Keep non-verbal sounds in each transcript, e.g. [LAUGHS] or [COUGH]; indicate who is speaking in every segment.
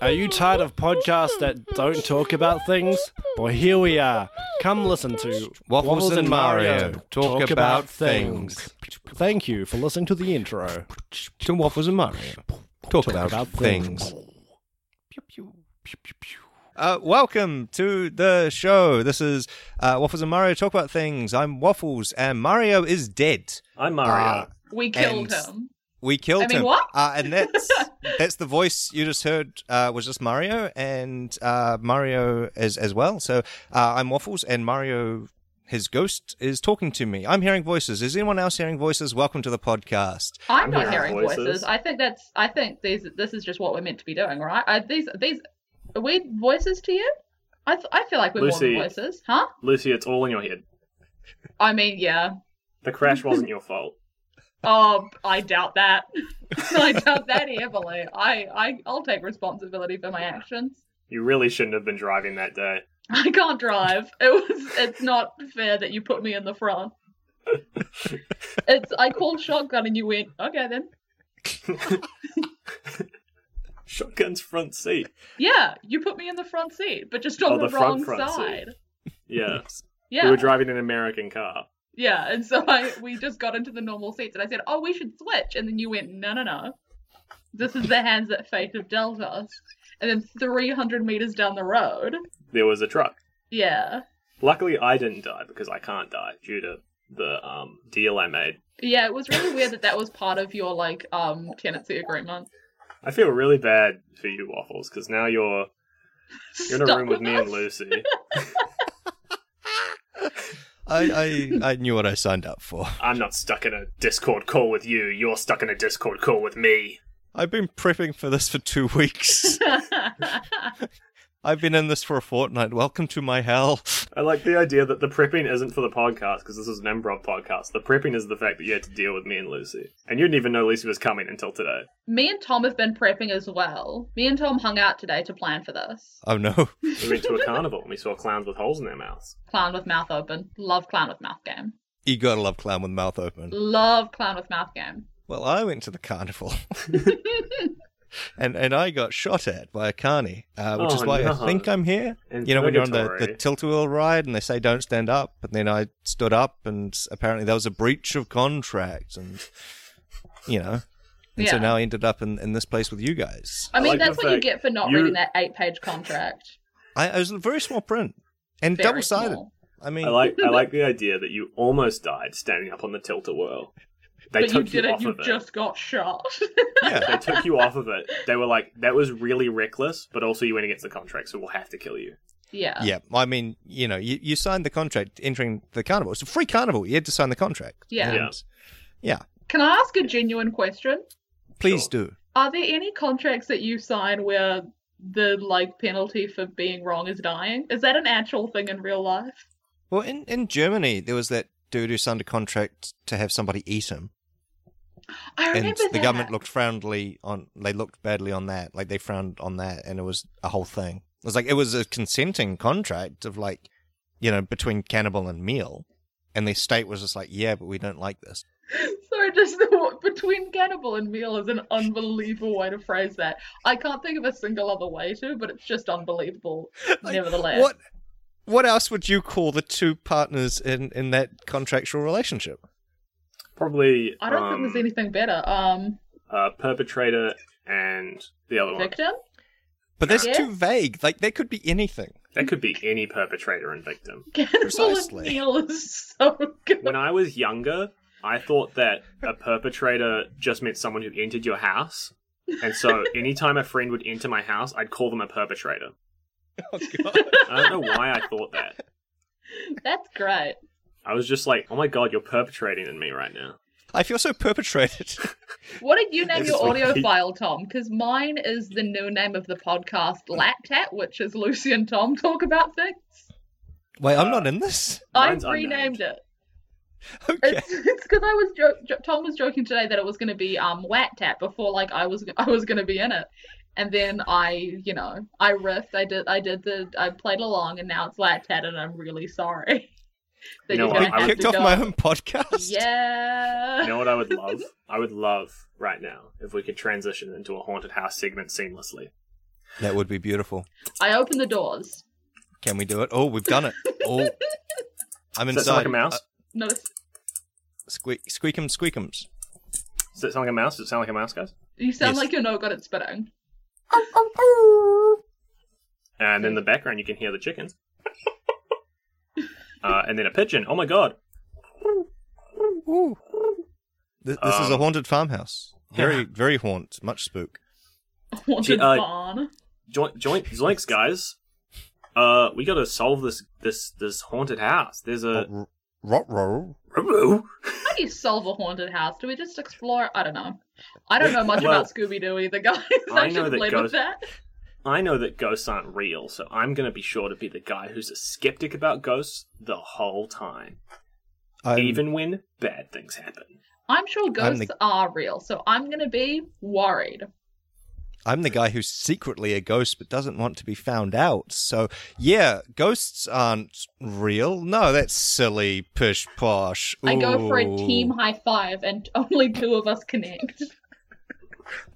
Speaker 1: Are you tired of podcasts that don't talk about things? Well, here we are. Come listen to Waffles,
Speaker 2: and Mario talk about
Speaker 1: Thank you for listening to the intro.
Speaker 2: To Waffles and Mario. Talk, about, things. Uh, welcome to the show. This is uh, Waffles and Mario Talk About Things. I'm Waffles, and Mario is dead.
Speaker 3: I'm Mario.
Speaker 2: Uh,
Speaker 4: We
Speaker 2: And-
Speaker 4: killed him.
Speaker 2: we killed
Speaker 4: I mean,
Speaker 2: him.
Speaker 4: what?
Speaker 2: Uh, and that's [LAUGHS] that's the voice you just heard uh, was just Mario and uh, Mario as as well. So uh, I'm Waffles, and Mario, his ghost, is talking to me. I'm hearing voices. Is anyone else hearing voices? Welcome to the podcast.
Speaker 4: I'm
Speaker 3: I'm
Speaker 4: not
Speaker 3: hearing
Speaker 4: hearing voices.
Speaker 3: voices.
Speaker 4: I think that's. I think these. This is just what we're meant to be doing, right? Are these. These. Are we voices to you? I. Th- I feel like we're
Speaker 3: Lucy.
Speaker 4: more than voices, huh?
Speaker 3: Lucy, it's all in your head.
Speaker 4: I mean, yeah.
Speaker 3: The crash wasn't your fault.
Speaker 4: Oh, I doubt that. [LAUGHS] I doubt that heavily. I. I. I'll take responsibility for my actions.
Speaker 3: You really shouldn't have been driving that day.
Speaker 4: I can't drive. It was. It's not fair that you put me in the front. it's. I called shotgun and you went. Okay then.
Speaker 3: Shotgun's front seat.
Speaker 4: Yeah, you put me in the front seat, but just on
Speaker 3: Oh,
Speaker 4: the,
Speaker 3: the front-
Speaker 4: wrong
Speaker 3: front seat.
Speaker 4: side.
Speaker 3: Yeah. [LAUGHS]
Speaker 4: Yeah.
Speaker 3: We were driving an American car.
Speaker 4: Yeah, and so I we just got into the normal seats, and I said, "Oh, we should switch," and then you went, "No, no, no, this is the hands that fate have dealt us." And then 300 meters down the road,
Speaker 3: There was a truck.
Speaker 4: yeah,
Speaker 3: Luckily, I didn't die because I can't die due to the um, deal I made.
Speaker 4: yeah, it was really weird that that was part of your like um tenancy agreement. [LAUGHS]
Speaker 3: I feel really bad for you, Waffles, because now you're you're in a
Speaker 4: Stuck
Speaker 3: room with me and
Speaker 4: us.
Speaker 3: Lucy.
Speaker 2: I, I,
Speaker 4: [LAUGHS]
Speaker 2: I knew what I signed up for.
Speaker 3: I'm not stuck in a Discord call with you. You're stuck in a Discord call with me.
Speaker 2: I've been prepping for this for two
Speaker 4: [LAUGHS]
Speaker 2: weeks. I've been in this for a fortnight. Welcome to my hell.
Speaker 3: I like the idea that the prepping isn't for the podcast because this is an improv podcast. The prepping is the fact that you had to deal with me and Lucy, and you didn't even know Lucy was coming until today.
Speaker 4: Me and Tom have been prepping as well. Me and Tom hung out today to plan for this.
Speaker 2: Oh no.
Speaker 3: We went to a carnival and we saw clowns with holes in their mouths.
Speaker 4: Clown with mouth open. Love clown with mouth game.
Speaker 2: You gotta love clown with mouth open.
Speaker 4: Love clown with mouth game.
Speaker 2: Well, I went to the
Speaker 3: [LAUGHS]
Speaker 2: carnival. and and I got shot at by a carny, uh, which is
Speaker 3: Oh,
Speaker 2: why
Speaker 3: no.
Speaker 2: I think I'm here.
Speaker 3: In
Speaker 2: you know, when you're on the,
Speaker 3: purgatory.
Speaker 2: the tilt-a-wheel ride and they say don't stand up, and then I stood up and apparently there was a breach of contract and, you know. And so
Speaker 4: Yeah.
Speaker 2: now I ended up in, in this place with you guys.
Speaker 4: I
Speaker 3: I
Speaker 4: mean,
Speaker 3: like
Speaker 4: that's
Speaker 3: the
Speaker 4: what you
Speaker 3: fact
Speaker 4: get for not
Speaker 3: you-
Speaker 4: reading that eight-page contract.
Speaker 2: I, I was a very small print and
Speaker 4: Very
Speaker 2: double-sided.
Speaker 4: small.
Speaker 2: I mean,
Speaker 3: I like I like the idea that you almost died standing up on the tilt a whirl. They
Speaker 4: but you
Speaker 3: took you,
Speaker 4: didn't.
Speaker 3: off
Speaker 4: You
Speaker 3: of it.
Speaker 4: just got shot. [LAUGHS]
Speaker 2: yeah.
Speaker 3: They took you off of it. They were like, "That was really reckless," but also you went against the contract, so we'll have to kill you.
Speaker 4: yeah.
Speaker 2: Yeah, I mean, you know, you, you signed the contract entering the carnival. It's a free carnival. You had to sign the contract.
Speaker 4: Yeah.
Speaker 3: Yeah.
Speaker 2: yeah.
Speaker 4: Can I ask a genuine question?
Speaker 2: Please
Speaker 3: Sure.
Speaker 2: do.
Speaker 4: Are there any contracts that you sign where the like penalty for being wrong is dying? Is that an actual thing in real life?
Speaker 2: Well, in, in Germany, there was that dude who signed a contract to have somebody eat him,
Speaker 4: I
Speaker 2: and
Speaker 4: remember
Speaker 2: the
Speaker 4: that.
Speaker 2: government
Speaker 4: [LAUGHS]
Speaker 2: looked frownedly on. They looked badly on that. Like they frowned on that, and it was a whole thing. It was like it was a consenting contract of like, you know, between cannibal and meal, and the state was just like, yeah, but we don't like
Speaker 4: [LAUGHS]
Speaker 2: this.
Speaker 4: So just the, between cannibal and meal is an unbelievable way to phrase that. I can't think of a single other way to, but it's just unbelievable.
Speaker 2: Like,
Speaker 4: nevertheless,
Speaker 2: what? What else would you call the two partners in, in that contractual relationship?
Speaker 3: Probably.
Speaker 4: I don't
Speaker 3: um,
Speaker 4: think there's anything better. Um,
Speaker 3: uh, perpetrator and the other one.
Speaker 4: victim. [LAUGHS]
Speaker 2: But that's
Speaker 4: Yeah.
Speaker 2: too vague. Like that could be anything.
Speaker 3: That could be any perpetrator and victim.
Speaker 4: Cannibal and
Speaker 2: Precisely.
Speaker 4: meal is so [LAUGHS] good.
Speaker 3: When I was younger, I thought that a perpetrator just meant someone who entered your house. And so anytime a friend would enter my house, I'd call them a perpetrator.
Speaker 2: Oh god.
Speaker 3: I don't know why I thought that.
Speaker 4: That's great.
Speaker 3: I was just like, oh my god, you're perpetrating in me right now.
Speaker 2: I feel so perpetrated. [LAUGHS]
Speaker 4: What did you name
Speaker 3: This
Speaker 4: your
Speaker 3: is what
Speaker 4: audio
Speaker 3: he-
Speaker 4: file, Tom? Because mine is the new name of the podcast, Lat Tat, which is Lucy and Tom talk about things.
Speaker 2: Wait, I'm not in this.
Speaker 3: Mine's
Speaker 4: I
Speaker 3: unnamed. [LAUGHS]
Speaker 4: renamed it.
Speaker 2: Okay.
Speaker 4: It's it's because I was jo- jo- Tom was joking today that it was going to be um Wat Tat before like I was I was going to be in it, and then I you know I riffed I did I did the I played along and now it's Lat Tat and I'm really sorry [LAUGHS] that
Speaker 3: You know
Speaker 4: you're
Speaker 3: what?
Speaker 4: going
Speaker 2: I
Speaker 4: to
Speaker 3: I
Speaker 4: have
Speaker 3: would-
Speaker 2: kicked
Speaker 4: to
Speaker 2: off
Speaker 4: go.
Speaker 2: my
Speaker 3: [LAUGHS]
Speaker 2: own podcast.
Speaker 4: Yeah.
Speaker 3: You know what I would love? I would love right now if we could transition into a haunted house segment seamlessly.
Speaker 2: That would be beautiful.
Speaker 4: I open the doors.
Speaker 2: Can we do it? Oh, we've done it.
Speaker 3: [LAUGHS]
Speaker 2: Oh, I'm
Speaker 3: Does that
Speaker 2: inside.
Speaker 3: sound like a mouse?
Speaker 2: Uh,
Speaker 4: Notice
Speaker 2: squeak, squeakums, squeakums.
Speaker 3: Does it sound like a mouse? Does it sound like a mouse, guys?
Speaker 4: you sound
Speaker 2: yes.
Speaker 4: like you're no good at spitting.
Speaker 3: And in the background, you can hear the chicken. [LAUGHS] uh, and then a pigeon. Oh my god.
Speaker 2: This, this is a
Speaker 3: Um,
Speaker 2: haunted farmhouse. Very,
Speaker 3: yeah.
Speaker 2: very haunt. Much spook.
Speaker 4: Haunted
Speaker 3: uh,
Speaker 4: barn.
Speaker 3: Joint, joint, zoinks, guys. Uh, we gotta solve this this this haunted house. There's a
Speaker 2: Rot rot roll. Oh.
Speaker 4: How do you solve a haunted house? Do we just explore? I don't know. I don't know much
Speaker 3: Well-
Speaker 4: about Scooby Doo either, [LAUGHS] guys.
Speaker 3: I know
Speaker 4: I, should
Speaker 3: that
Speaker 4: have labeled
Speaker 3: ghost-
Speaker 4: that.
Speaker 3: I know that ghosts aren't real, so I'm gonna be sure to be the guy who's a skeptic about ghosts the whole time,
Speaker 2: I'm-
Speaker 3: even when bad things happen.
Speaker 4: I'm sure
Speaker 2: I'm
Speaker 4: ghosts
Speaker 2: the-
Speaker 4: are real, so I'm gonna be worried.
Speaker 2: I'm the guy who's secretly a ghost but doesn't want to be found out. So, yeah, ghosts aren't real. No, that's silly, pish posh.
Speaker 4: I go for a
Speaker 2: Ooh.
Speaker 4: team high five, and [LAUGHS] only two of us connect.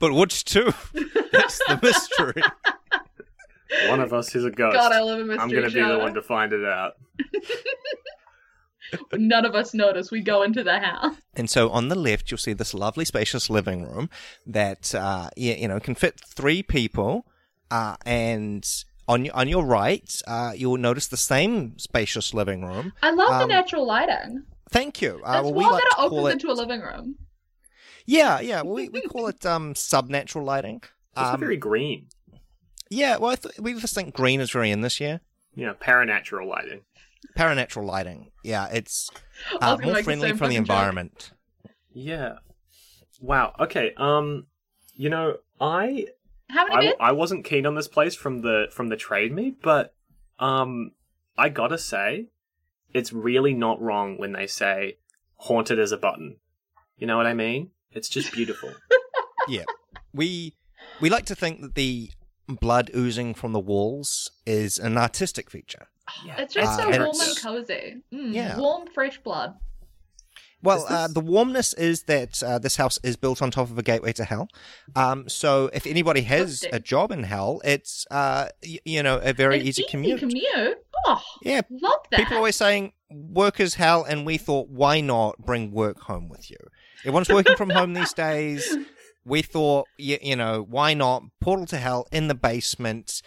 Speaker 2: But which
Speaker 3: [LAUGHS]
Speaker 2: two? that's the mystery.
Speaker 3: One of us is a ghost.
Speaker 4: God, I love a mystery
Speaker 3: I'm gonna be
Speaker 4: show.
Speaker 3: the one to find it out.
Speaker 4: None of us notice. We go into the house.
Speaker 2: And so on the left, you'll see this lovely, spacious living room that uh, you, you know can fit three people. Uh, and on your, on your right, uh, you'll notice the same spacious living room.
Speaker 4: I love the
Speaker 2: Um,
Speaker 4: natural lighting.
Speaker 2: Thank you. Uh,
Speaker 4: That's
Speaker 2: well, we
Speaker 4: wild
Speaker 2: like
Speaker 4: that
Speaker 2: to
Speaker 4: it opens
Speaker 2: call it
Speaker 4: into a living room.
Speaker 2: yeah, yeah. well,
Speaker 4: [LAUGHS]
Speaker 2: We we call it um, subnatural lighting.
Speaker 3: It's
Speaker 2: Um,
Speaker 3: very green.
Speaker 2: yeah, well, I th- we just think green is very in this year.
Speaker 3: You know, paranatural lighting.
Speaker 2: Paranatural lighting. Yeah, it's
Speaker 4: I
Speaker 2: uh,
Speaker 4: was gonna
Speaker 2: more
Speaker 4: make the
Speaker 2: friendly
Speaker 4: same
Speaker 2: for the
Speaker 4: fucking joke.
Speaker 2: environment.
Speaker 3: Yeah. Wow. Okay. Um. You know, I
Speaker 4: How many
Speaker 3: I,
Speaker 4: beds?
Speaker 3: I wasn't keen on this place from the from the trade me, but um, I gotta say, it's really not wrong when they say haunted as a button. You know what I mean? It's just
Speaker 4: [LAUGHS]
Speaker 3: beautiful.
Speaker 2: we we like to think that the blood oozing from the walls is an artistic feature.
Speaker 3: yeah,
Speaker 4: It's just
Speaker 2: Uh,
Speaker 4: so
Speaker 2: and
Speaker 4: warm
Speaker 2: it's-
Speaker 4: and cozy. Mm,
Speaker 2: Yeah.
Speaker 4: Warm, fresh blood.
Speaker 2: Well,
Speaker 3: Is
Speaker 2: uh,
Speaker 3: this-
Speaker 2: the warmness is that uh, this house is built on top of a gateway to hell. Um, so if anybody has
Speaker 4: Fantastic.
Speaker 2: a job in hell, it's uh, y- you know a very
Speaker 4: An
Speaker 2: easy commute.
Speaker 4: commute. Oh,
Speaker 2: yeah,
Speaker 4: love that.
Speaker 2: people are always saying work is hell, and we thought why not bring work home with you? Everyone's working from home these days. We thought you, you know why not portal to hell in the basement,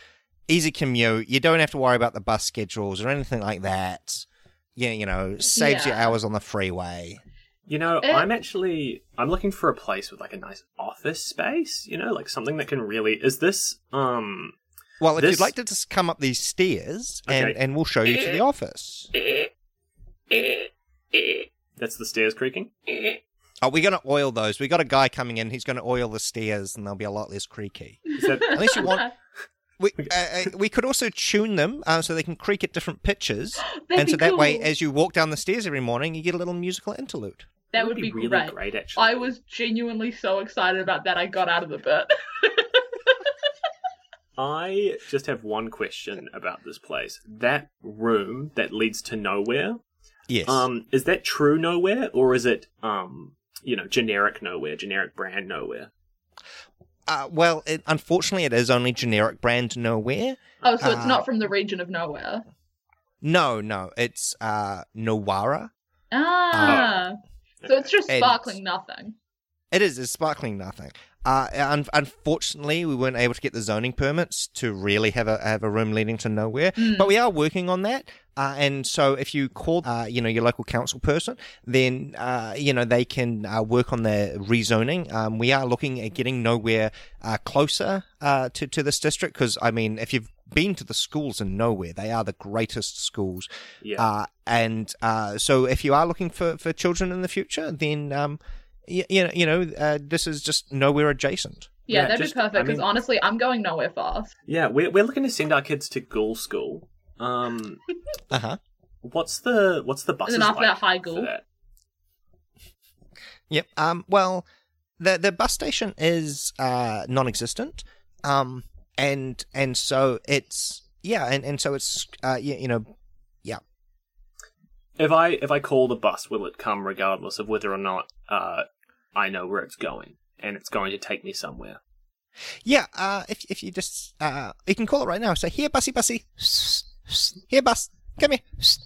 Speaker 2: easy commute. You don't have to worry about the bus schedules or anything like that. Yeah, you know, saves you
Speaker 4: Yeah.
Speaker 2: hours on the freeway.
Speaker 3: you know,
Speaker 4: Eh.
Speaker 3: I'm actually I'm looking for a place with like a nice office space. You know, like something that can really is this um.
Speaker 2: Well, if
Speaker 3: This-
Speaker 2: you'd like to just come up these stairs, and,
Speaker 3: Okay.
Speaker 2: and we'll show you to
Speaker 4: [LAUGHS]
Speaker 2: the office.
Speaker 3: That's the stairs creaking. Is
Speaker 2: Oh, we're going to oil those. We got a guy coming in. He's going to oil the stairs, and they'll be a lot less creaky.
Speaker 4: [LAUGHS]
Speaker 3: that
Speaker 2: Unless you want, we uh, uh, we could also tune them uh, so they can creak at different pitches,
Speaker 4: [GASPS] That'd
Speaker 2: and
Speaker 4: be
Speaker 2: so that way,
Speaker 4: cool.
Speaker 2: as you walk down the stairs every morning, you get a little musical interlude.
Speaker 4: that would be
Speaker 3: really
Speaker 4: great.
Speaker 3: actually.
Speaker 4: I was genuinely so excited about that. I got out of the bit.
Speaker 3: I just have one question about this place. That room that leads to nowhere.
Speaker 2: Yes.
Speaker 3: Um, is that true nowhere, or is it um, you know, generic nowhere, generic brand nowhere?
Speaker 2: uh, well, it, unfortunately, it is only generic brand nowhere.
Speaker 4: [LAUGHS] Oh, so it's
Speaker 2: Uh,
Speaker 4: not from the region of nowhere.
Speaker 2: No, no, it's uh, Nowara.
Speaker 4: Ah,
Speaker 3: Oh,
Speaker 4: so it's just
Speaker 2: and-
Speaker 4: sparkling nothing.
Speaker 2: It is. It's sparkling nothing. Uh, un- unfortunately, we weren't able to get the zoning permits to really have a have a room leading to nowhere.
Speaker 4: Mm.
Speaker 2: But we are working on that. Uh, and so, if you call, uh, you know, your local council person, then uh, you know they can uh, work on the rezoning. Um, we are looking at getting nowhere uh, closer uh, to to this district because I mean, if you've been to the schools in nowhere, they are the greatest schools
Speaker 3: Yeah.
Speaker 2: uh, and uh, so, if you are looking for, for children in the future, then um, you, you know, you know uh, this is just nowhere adjacent.
Speaker 4: Yeah,
Speaker 3: yeah,
Speaker 4: that'd
Speaker 3: just-
Speaker 4: be perfect.
Speaker 3: I
Speaker 4: Because
Speaker 3: mean-
Speaker 4: honestly, I'm going nowhere fast.
Speaker 3: yeah, we're we're looking to send our kids to ghoul school. Um,
Speaker 2: Uh huh.
Speaker 3: what's the what's the buses
Speaker 4: Isn't after
Speaker 3: like
Speaker 4: that high
Speaker 3: for
Speaker 4: ghoul?
Speaker 3: that?
Speaker 2: Yep. Um. Well, the the bus station is uh non-existent. Um. And and so it's yeah. And and so it's uh you, you know
Speaker 3: If I if I call the bus, will it come regardless of whether or not uh I know where it's going and it's going to take me somewhere?
Speaker 2: Yeah, uh, if if you just uh, you can call it right now. Say here, bussy, bussy, here, bus, come here,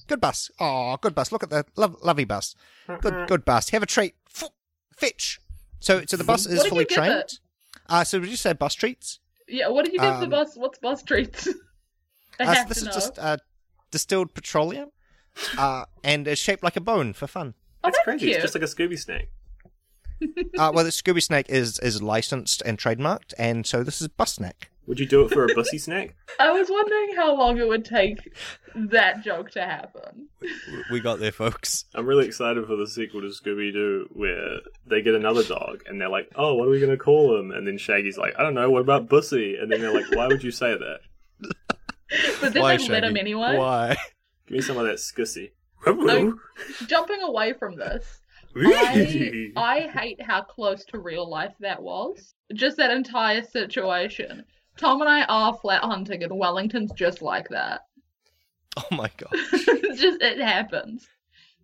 Speaker 2: good bus. Oh, good bus. Look at the lo- lovely bus. Good, good bus. Have a treat. F- Fetch. So, so the bus is
Speaker 4: What did
Speaker 2: fully
Speaker 4: you give
Speaker 2: trained.
Speaker 4: it?
Speaker 2: Uh, so we just say bus treats.
Speaker 4: Yeah, what did you give the
Speaker 2: Um,
Speaker 4: bus? What's bus treats? [LAUGHS] I
Speaker 2: Uh, so
Speaker 4: have
Speaker 2: this
Speaker 4: to know.
Speaker 2: is just uh, distilled petroleum, uh, and is shaped like a bone for fun.
Speaker 4: oh,
Speaker 3: it's
Speaker 4: that's
Speaker 3: crazy.
Speaker 4: cute.
Speaker 3: It's just like a Scooby Snake.
Speaker 2: Uh, well, the Scooby Snake is is licensed and trademarked, and so this is bus snack.
Speaker 3: Would you do it for a
Speaker 4: [LAUGHS]
Speaker 3: bussy snack?
Speaker 4: I was wondering how long it would take that joke to happen.
Speaker 2: We got there,
Speaker 4: [LAUGHS]
Speaker 2: folks.
Speaker 3: I'm really excited for the sequel to Scooby Doo where they get another dog and they're like, oh, what are we going to call him? And then Shaggy's like, I don't know, what about Bussy? And then they're like, why would you say that?
Speaker 4: But then
Speaker 2: Why,
Speaker 4: they let him
Speaker 2: Shaggy?
Speaker 4: anyway.
Speaker 2: Why? [LAUGHS]
Speaker 3: Give me some of that scussy.
Speaker 4: Jumping away from this,
Speaker 3: [LAUGHS]
Speaker 4: I, [LAUGHS] I hate how close to real life that was. Just that entire situation. Tom and I are flat hunting, and Wellington's just like that. [LAUGHS]
Speaker 2: Oh my god.
Speaker 4: It's just it happens.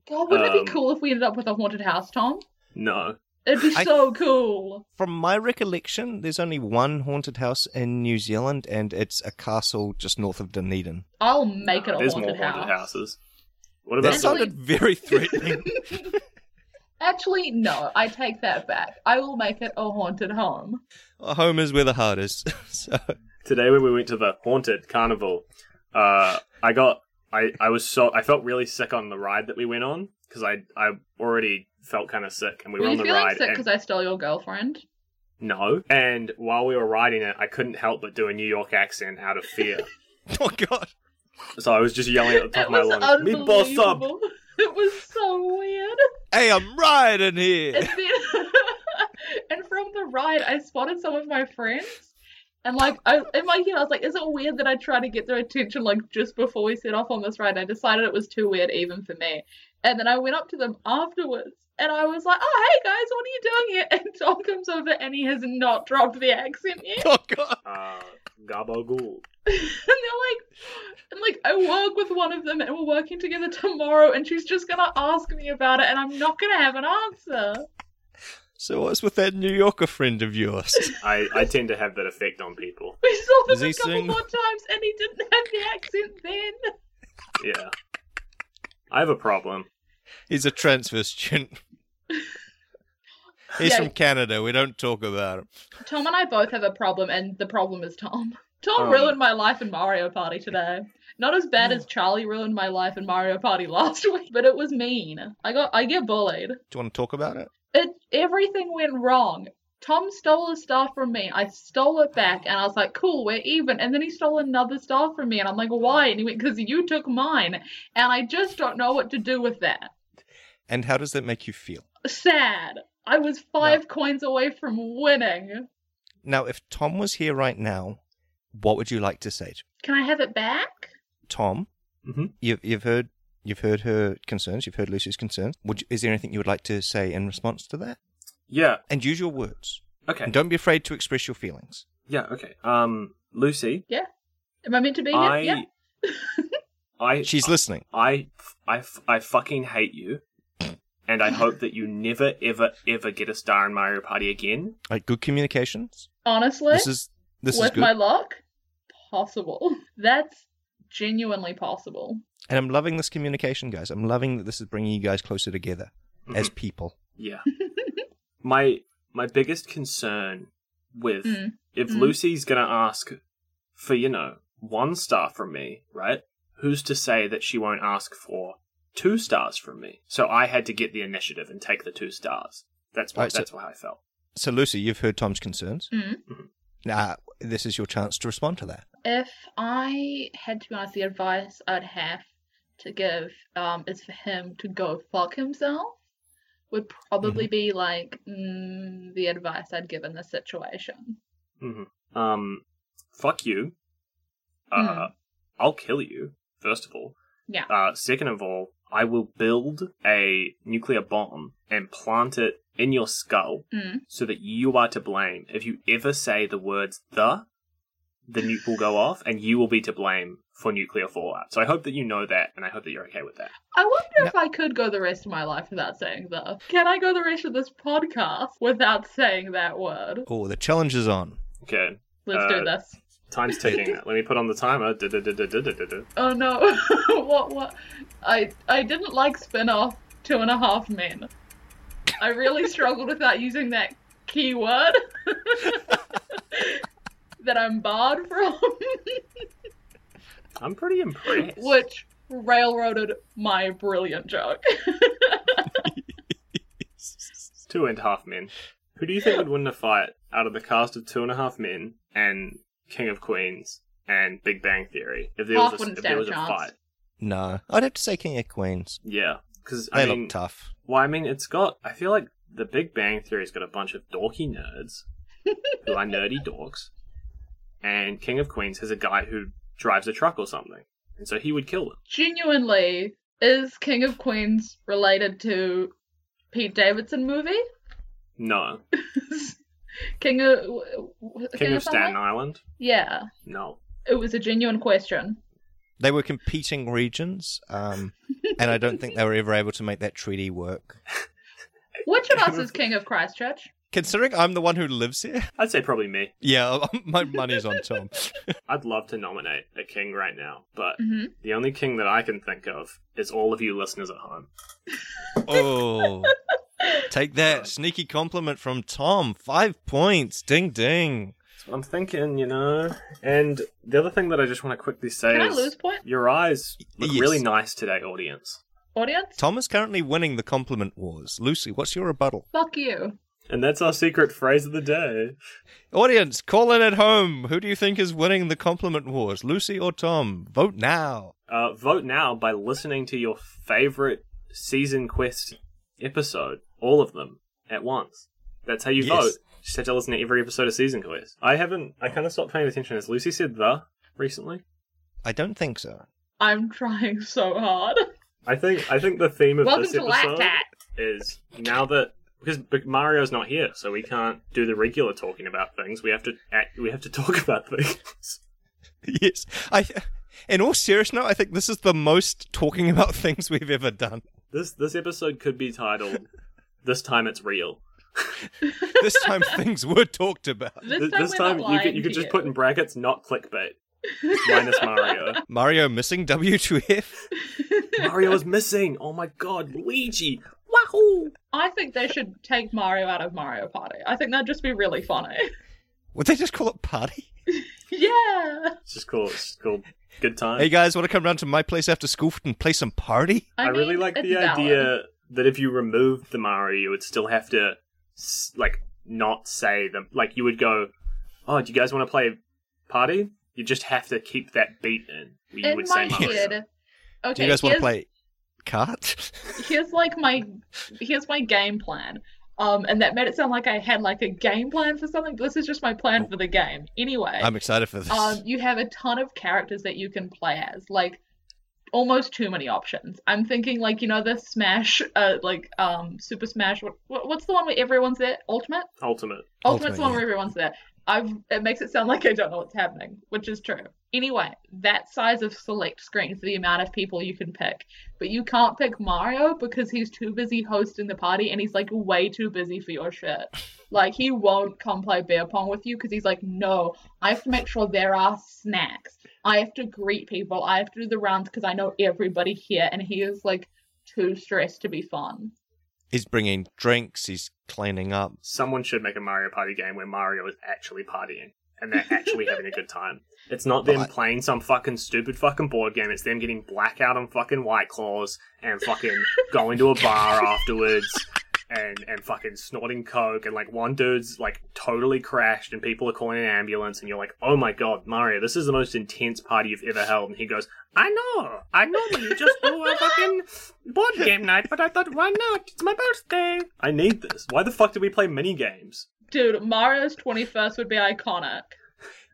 Speaker 4: God, wouldn't it
Speaker 3: Um,
Speaker 4: be cool if we ended up with a haunted house, Tom?
Speaker 3: No.
Speaker 4: It'd be
Speaker 2: I-
Speaker 4: so cool.
Speaker 2: [LAUGHS] From my recollection, there's only one haunted house in New Zealand, and it's a castle just north of Dunedin.
Speaker 4: I'll make it a
Speaker 3: There's more
Speaker 4: haunted
Speaker 3: haunted
Speaker 4: house.
Speaker 3: houses. What about
Speaker 2: That
Speaker 4: Actually-
Speaker 2: sounded very
Speaker 4: [LAUGHS]
Speaker 2: threatening.
Speaker 4: Actually, no, I take that back. I will make it a haunted home.
Speaker 2: Home is where the heart is. [LAUGHS] So,
Speaker 3: today when we went to the haunted carnival uh i got i i was so i felt really sick on the ride that we went on because i i already felt kind of sick and we were,
Speaker 4: Were
Speaker 3: on
Speaker 4: you
Speaker 3: the
Speaker 4: feeling
Speaker 3: ride
Speaker 4: sick
Speaker 3: and,
Speaker 4: because I stole your girlfriend?
Speaker 3: no and while we were riding it i couldn't help but do a new york accent out of fear
Speaker 2: [LAUGHS] oh god.
Speaker 3: so i was just yelling at the top
Speaker 4: It
Speaker 3: of my
Speaker 4: was
Speaker 3: lungs me boss up
Speaker 4: unbelievable. [LAUGHS] It was so weird.
Speaker 2: Hey, I'm riding
Speaker 4: And
Speaker 2: [LAUGHS]
Speaker 4: [LAUGHS]
Speaker 2: here.
Speaker 4: then, and from the ride, I spotted some of my friends. And like, I, in my head, I was like, "Is it weird that I try to get their attention like just before we set off on this ride?" And I decided it was too weird even for me. And then I went up to them afterwards, and I was like, "Oh, hey guys, what are you doing here?" [LAUGHS] And Tom comes over, and he has not dropped the accent yet. [LAUGHS]
Speaker 2: Oh god.
Speaker 3: uh gabagool
Speaker 4: and they're like, and like I work with one of them, and we're working together tomorrow, and she's just gonna ask me about it, and I'm not gonna have an answer.
Speaker 2: So what's with that New Yorker friend of yours?
Speaker 3: i i tend to have that effect on people
Speaker 4: We saw
Speaker 2: Is
Speaker 4: them
Speaker 2: he
Speaker 4: a couple
Speaker 2: saying-
Speaker 4: more times, and he didn't have the accent then.
Speaker 3: yeah i have a problem
Speaker 2: He's a transfer student. He's
Speaker 4: Yeah.
Speaker 2: from Canada. We don't talk about him.
Speaker 4: Tom and I both have a problem, and the problem is Tom. Tom
Speaker 2: Oh.
Speaker 3: Um.
Speaker 4: ruined my life in Mario Party today. Not as bad
Speaker 2: Hmm.
Speaker 4: as Charlie ruined my life in Mario Party [LAUGHS] last week, but it was mean. I got I get bullied.
Speaker 2: Do you want to talk about it?
Speaker 4: it everything went wrong. Tom stole a star from me. I stole it back, and I was like, "Cool, we're even." And then he stole another star from me, and I'm like, "Why?" And he went, "Because you took mine," and I just don't know what to do with that.
Speaker 2: And how does that make you feel?
Speaker 4: Sad. I was five coins away from winning.
Speaker 2: Now, if Tom was here right now, what would you like to say to
Speaker 4: Can I have it back?
Speaker 2: Tom?
Speaker 3: Mhm.
Speaker 2: You've you've heard you've heard her concerns. You've heard Lucy's concerns. Would you, is there anything you would like to say in response to that?
Speaker 3: yeah
Speaker 2: And use your words.
Speaker 3: okay
Speaker 2: And don't be afraid to express your feelings.
Speaker 3: yeah okay um lucy
Speaker 4: Am I meant to be here?
Speaker 3: i
Speaker 4: Yeah.
Speaker 3: i
Speaker 2: [LAUGHS] She's listening.
Speaker 3: I, I, I fucking hate you, and I hope that you never, ever, ever get a star in Mario Party again.
Speaker 2: Like good communications.
Speaker 4: Honestly,
Speaker 2: This is this is
Speaker 4: with
Speaker 2: good.
Speaker 4: my luck, possible. [LAUGHS] That's genuinely possible.
Speaker 2: And I'm loving this communication, guys. I'm loving that this is bringing you guys closer together as people.
Speaker 3: Yeah. my my biggest concern with
Speaker 4: Mm.
Speaker 3: if
Speaker 4: Mm.
Speaker 3: Lucy's gonna ask for you know one star from me, right? Who's to say that she won't ask for two stars from me? So I had to get the initiative and take the two stars. That's what
Speaker 2: Right, so-
Speaker 3: that's why I felt.
Speaker 2: So, Lucy, you've heard Tom's concerns.
Speaker 4: Mm.
Speaker 2: Nah, this is your chance to respond to that.
Speaker 4: If I had to be honest, the advice I'd have to give um, is for him to go fuck himself. Would probably
Speaker 2: Mm-hmm.
Speaker 4: be like mm, the advice I'd give in this situation.
Speaker 3: Mm-hmm. Um, fuck you. Uh, I'll kill you, first of all.
Speaker 4: Yeah.
Speaker 3: Uh, second of all, I will build a nuclear bomb and plant it in your skull
Speaker 4: Mm.
Speaker 3: so that you are to blame. If you ever say the words the, the nuke will go off and you will be to blame for nuclear fallout. So I hope that you know that and I hope that you're okay with that.
Speaker 4: I wonder if I could go the rest of my life without saying that. Can I go the rest of this podcast without saying that word?
Speaker 2: Oh, the challenge is on.
Speaker 3: Okay,
Speaker 4: Let's
Speaker 3: Uh,
Speaker 4: do this.
Speaker 3: time's
Speaker 4: [LAUGHS]
Speaker 3: ticking. Let me put on the timer. Du-du-du-du-du-du-du-du.
Speaker 4: Oh no. [LAUGHS] what what I I didn't like spin off two and a half men. I really struggled without using that keyword that I'm barred from,
Speaker 3: I'm pretty impressed.
Speaker 4: which railroaded my brilliant joke.
Speaker 3: Two and a half men. Who do you think would win a fight out of the cast of Two and a Half Men and King of Queens and Big Bang Theory? If there
Speaker 4: Half
Speaker 3: was a,
Speaker 4: wouldn't
Speaker 3: if there
Speaker 4: stand a
Speaker 3: was a
Speaker 4: chance.
Speaker 3: fight,
Speaker 2: No, I'd have to say King of Queens.
Speaker 3: yeah, because
Speaker 2: They
Speaker 3: I mean,
Speaker 2: look tough.
Speaker 3: well, I mean, it's got. I feel like the Big Bang Theory's got a bunch of dorky nerds who are nerdy dorks, and King of Queens has a guy who drives a truck or something, and so he would kill them.
Speaker 4: Genuinely, is King of Queens related to Pete Davidson movie?
Speaker 3: No,
Speaker 4: King of w- w-
Speaker 3: King of
Speaker 4: something?
Speaker 3: Staten Island.
Speaker 4: Yeah,
Speaker 3: No,
Speaker 4: it was a genuine question.
Speaker 2: They were competing regions, um, and I don't think they were ever able to make that treaty work.
Speaker 4: Which of us is King of Christchurch?
Speaker 2: Considering I'm the one who lives here, [LAUGHS]
Speaker 3: I'd say probably me.
Speaker 2: yeah, [LAUGHS] my money's on Tom.
Speaker 3: I'd love to nominate a king right now, but
Speaker 4: hmm
Speaker 3: the only king that I can think of is all of you listeners at home.
Speaker 2: Oh, take that sneaky compliment from Tom. Five points, ding ding.
Speaker 3: That's what I'm thinking, you know. And the other thing that I just want to quickly say
Speaker 4: Can I
Speaker 3: is
Speaker 4: lose point?
Speaker 3: your eyes look
Speaker 2: Yes.
Speaker 3: really nice today, audience.
Speaker 4: Audience?
Speaker 2: Tom is currently winning the compliment wars. Lucy, what's your rebuttal?
Speaker 4: Fuck you.
Speaker 3: And that's our secret phrase of the day.
Speaker 2: Audience, call in at home. Who do you think is winning the compliment wars, Lucy or Tom? Vote now.
Speaker 3: Uh, vote now by listening to your favorite season quest episode, all of them at once. That's how you
Speaker 2: Yes.
Speaker 3: vote. Just have to listen to every episode of season quest. I haven't. I kind of stopped paying attention. As Lucy said, the recently.
Speaker 2: I don't think so. [LAUGHS]
Speaker 4: I'm trying so
Speaker 3: [LAUGHS]
Speaker 4: hard.
Speaker 3: I think. I think the theme of
Speaker 4: Welcome
Speaker 3: this
Speaker 4: to Lactat.
Speaker 3: episode is now that because B- Mario's not here, so we can't do the regular talking about things. We have to act, we have to [LAUGHS] talk about things.
Speaker 2: yes, I. In all seriousness, I think this is the most talking about [LAUGHS] things we've ever done.
Speaker 3: This this episode could be titled "This Time It's Real."
Speaker 2: This time, [LAUGHS] things were talked about.
Speaker 4: This
Speaker 3: Th-
Speaker 4: time,
Speaker 3: this
Speaker 4: we're
Speaker 3: time
Speaker 4: not
Speaker 3: you
Speaker 4: lying
Speaker 3: could you
Speaker 4: to
Speaker 3: could just put in brackets not
Speaker 4: [LAUGHS]
Speaker 3: clickbait minus Mario.
Speaker 2: Mario missing W2F.
Speaker 3: Mario is missing. Oh my god, Luigi! Wahoo!
Speaker 4: I think they should take Mario out of Mario Party. I think that'd just be really funny. [LAUGHS]
Speaker 2: Would they just call it party?
Speaker 4: yeah.
Speaker 3: It's just cool. It's just cool. Good time.
Speaker 2: Hey guys, want to come round to my place after school and play some party?
Speaker 4: I,
Speaker 3: I,
Speaker 4: mean,
Speaker 3: really like
Speaker 4: it's
Speaker 3: the
Speaker 4: valid.
Speaker 3: idea that if you removed the Mario, you would still have to s- like not say them. Like you would go, "Oh, do you guys want to play party?" You just have to keep that beat in. where You
Speaker 4: In
Speaker 3: would say
Speaker 4: my
Speaker 3: Mario.
Speaker 4: head. Okay,
Speaker 2: Do you guys want to
Speaker 4: here's,
Speaker 2: play cart?
Speaker 4: here's like my here's my game plan. Um, and that made it sound like I had like a game plan for something. This is just my plan for the game. Anyway,
Speaker 2: [LAUGHS] I'm excited for this.
Speaker 4: um, you have a ton of characters that you can play as, like almost too many options. I'm thinking like you know the Smash, uh, like um Super Smash. What, what what's the one where everyone's there? Ultimate.
Speaker 3: Ultimate.
Speaker 4: Ultimate's
Speaker 2: Ultimate,
Speaker 4: the Oh, one where
Speaker 2: yeah.
Speaker 4: everyone's there. I've it makes it sound like I don't know what's happening, which is true. Anyway, that size of select screen for the amount of people you can pick, but you can't pick Mario because he's too busy hosting the party and he's like way too busy for your shit. Like he won't come play beer pong with you because he's like, no, I have to make sure there are snacks. I have to greet people. I have to do the rounds because I know everybody here, and he is like too stressed to be fun.
Speaker 2: He's bringing drinks. He's cleaning up.
Speaker 3: Someone should make a Mario Party game where Mario is actually partying and they're actually having a good time. It's not them
Speaker 2: But-
Speaker 3: playing some fucking stupid fucking board game. It's them getting blackout on fucking white claws and fucking going to a bar afterwards. And, and fucking snorting coke and like one dude's like totally crashed and people are calling an ambulance and you're like oh my god Mario this is the most intense party you've ever held and he goes I know I normally just do a fucking board game night but I thought why not it's my birthday I need this why the fuck did we play
Speaker 2: [LAUGHS]
Speaker 3: mini games
Speaker 4: Dude, Mario's twenty first would be iconic.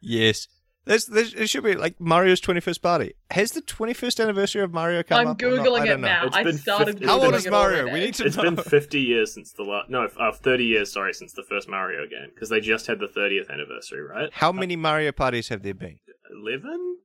Speaker 2: Yes. There's, there's, it should be like Mario's 21st party. Has the 21st anniversary of Mario come
Speaker 4: I'm
Speaker 2: up or not? I
Speaker 4: googling it
Speaker 2: don't know.
Speaker 4: now.
Speaker 3: It's
Speaker 4: I
Speaker 3: been
Speaker 4: started.
Speaker 3: 50
Speaker 4: Googling
Speaker 2: How old
Speaker 4: it
Speaker 2: is Mario?
Speaker 4: already.
Speaker 2: We need to
Speaker 3: It's
Speaker 2: know.
Speaker 3: been 50 years since the last. No, uh, 30 years, sorry, since the first Mario game. Because they just had the 30th anniversary, right?
Speaker 2: How many Mario parties have there been?
Speaker 3: 11?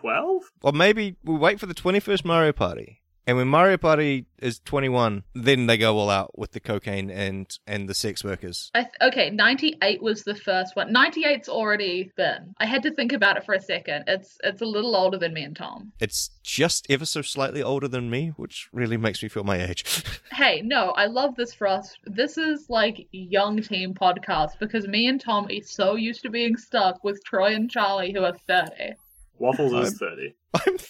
Speaker 3: 12?
Speaker 2: Or maybe we wait for the 21st Mario party And when Mario Party is 21, then they go all out with the cocaine and and the sex workers.
Speaker 4: I th- okay, 98 was the first one. 98's already been. I had to think about it for a second. It's it's a little older than me and Tom.
Speaker 2: It's just ever so slightly older than me, which really makes me feel my age. [LAUGHS]
Speaker 4: Hey, no, I love this for us. This is like young team podcast because me and Tom are so used to being stuck with Troy and Charlie who are 30.
Speaker 3: Waffles is 30.
Speaker 2: I'm
Speaker 4: [LAUGHS]
Speaker 2: 30.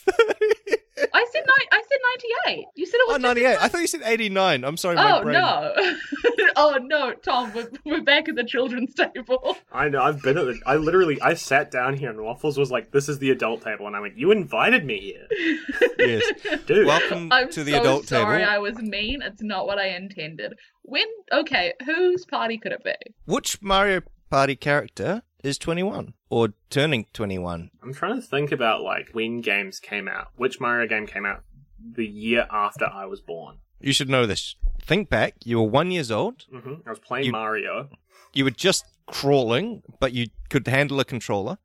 Speaker 4: I said ni- I said 98. You said it
Speaker 2: Oh,
Speaker 4: was
Speaker 2: 98. I thought you said 89. I'm sorry, my
Speaker 4: Oh
Speaker 2: brain.
Speaker 4: no! [LAUGHS] oh no, Tom, we're, we're back at the children's table.
Speaker 3: I know. I've been at the. I literally. I sat down here and Waffles was like, "This is the adult table," and I went, "You invited me here,
Speaker 2: Yes.
Speaker 3: dude."
Speaker 2: Welcome
Speaker 4: [LAUGHS] I'm
Speaker 2: to the
Speaker 4: so
Speaker 2: adult
Speaker 4: sorry
Speaker 2: table.
Speaker 4: I was mean. It's not what I intended. When okay, whose party could it be?
Speaker 2: Which Mario Party character is 21 or turning 21?
Speaker 3: I'm trying to think about like when games came out. Which Mario game came out the year after I was born?
Speaker 2: You should know this. Think back. You were one years old.
Speaker 3: hmm I was playing
Speaker 2: You-
Speaker 3: Mario.
Speaker 2: You were just crawling, but you could handle a controller.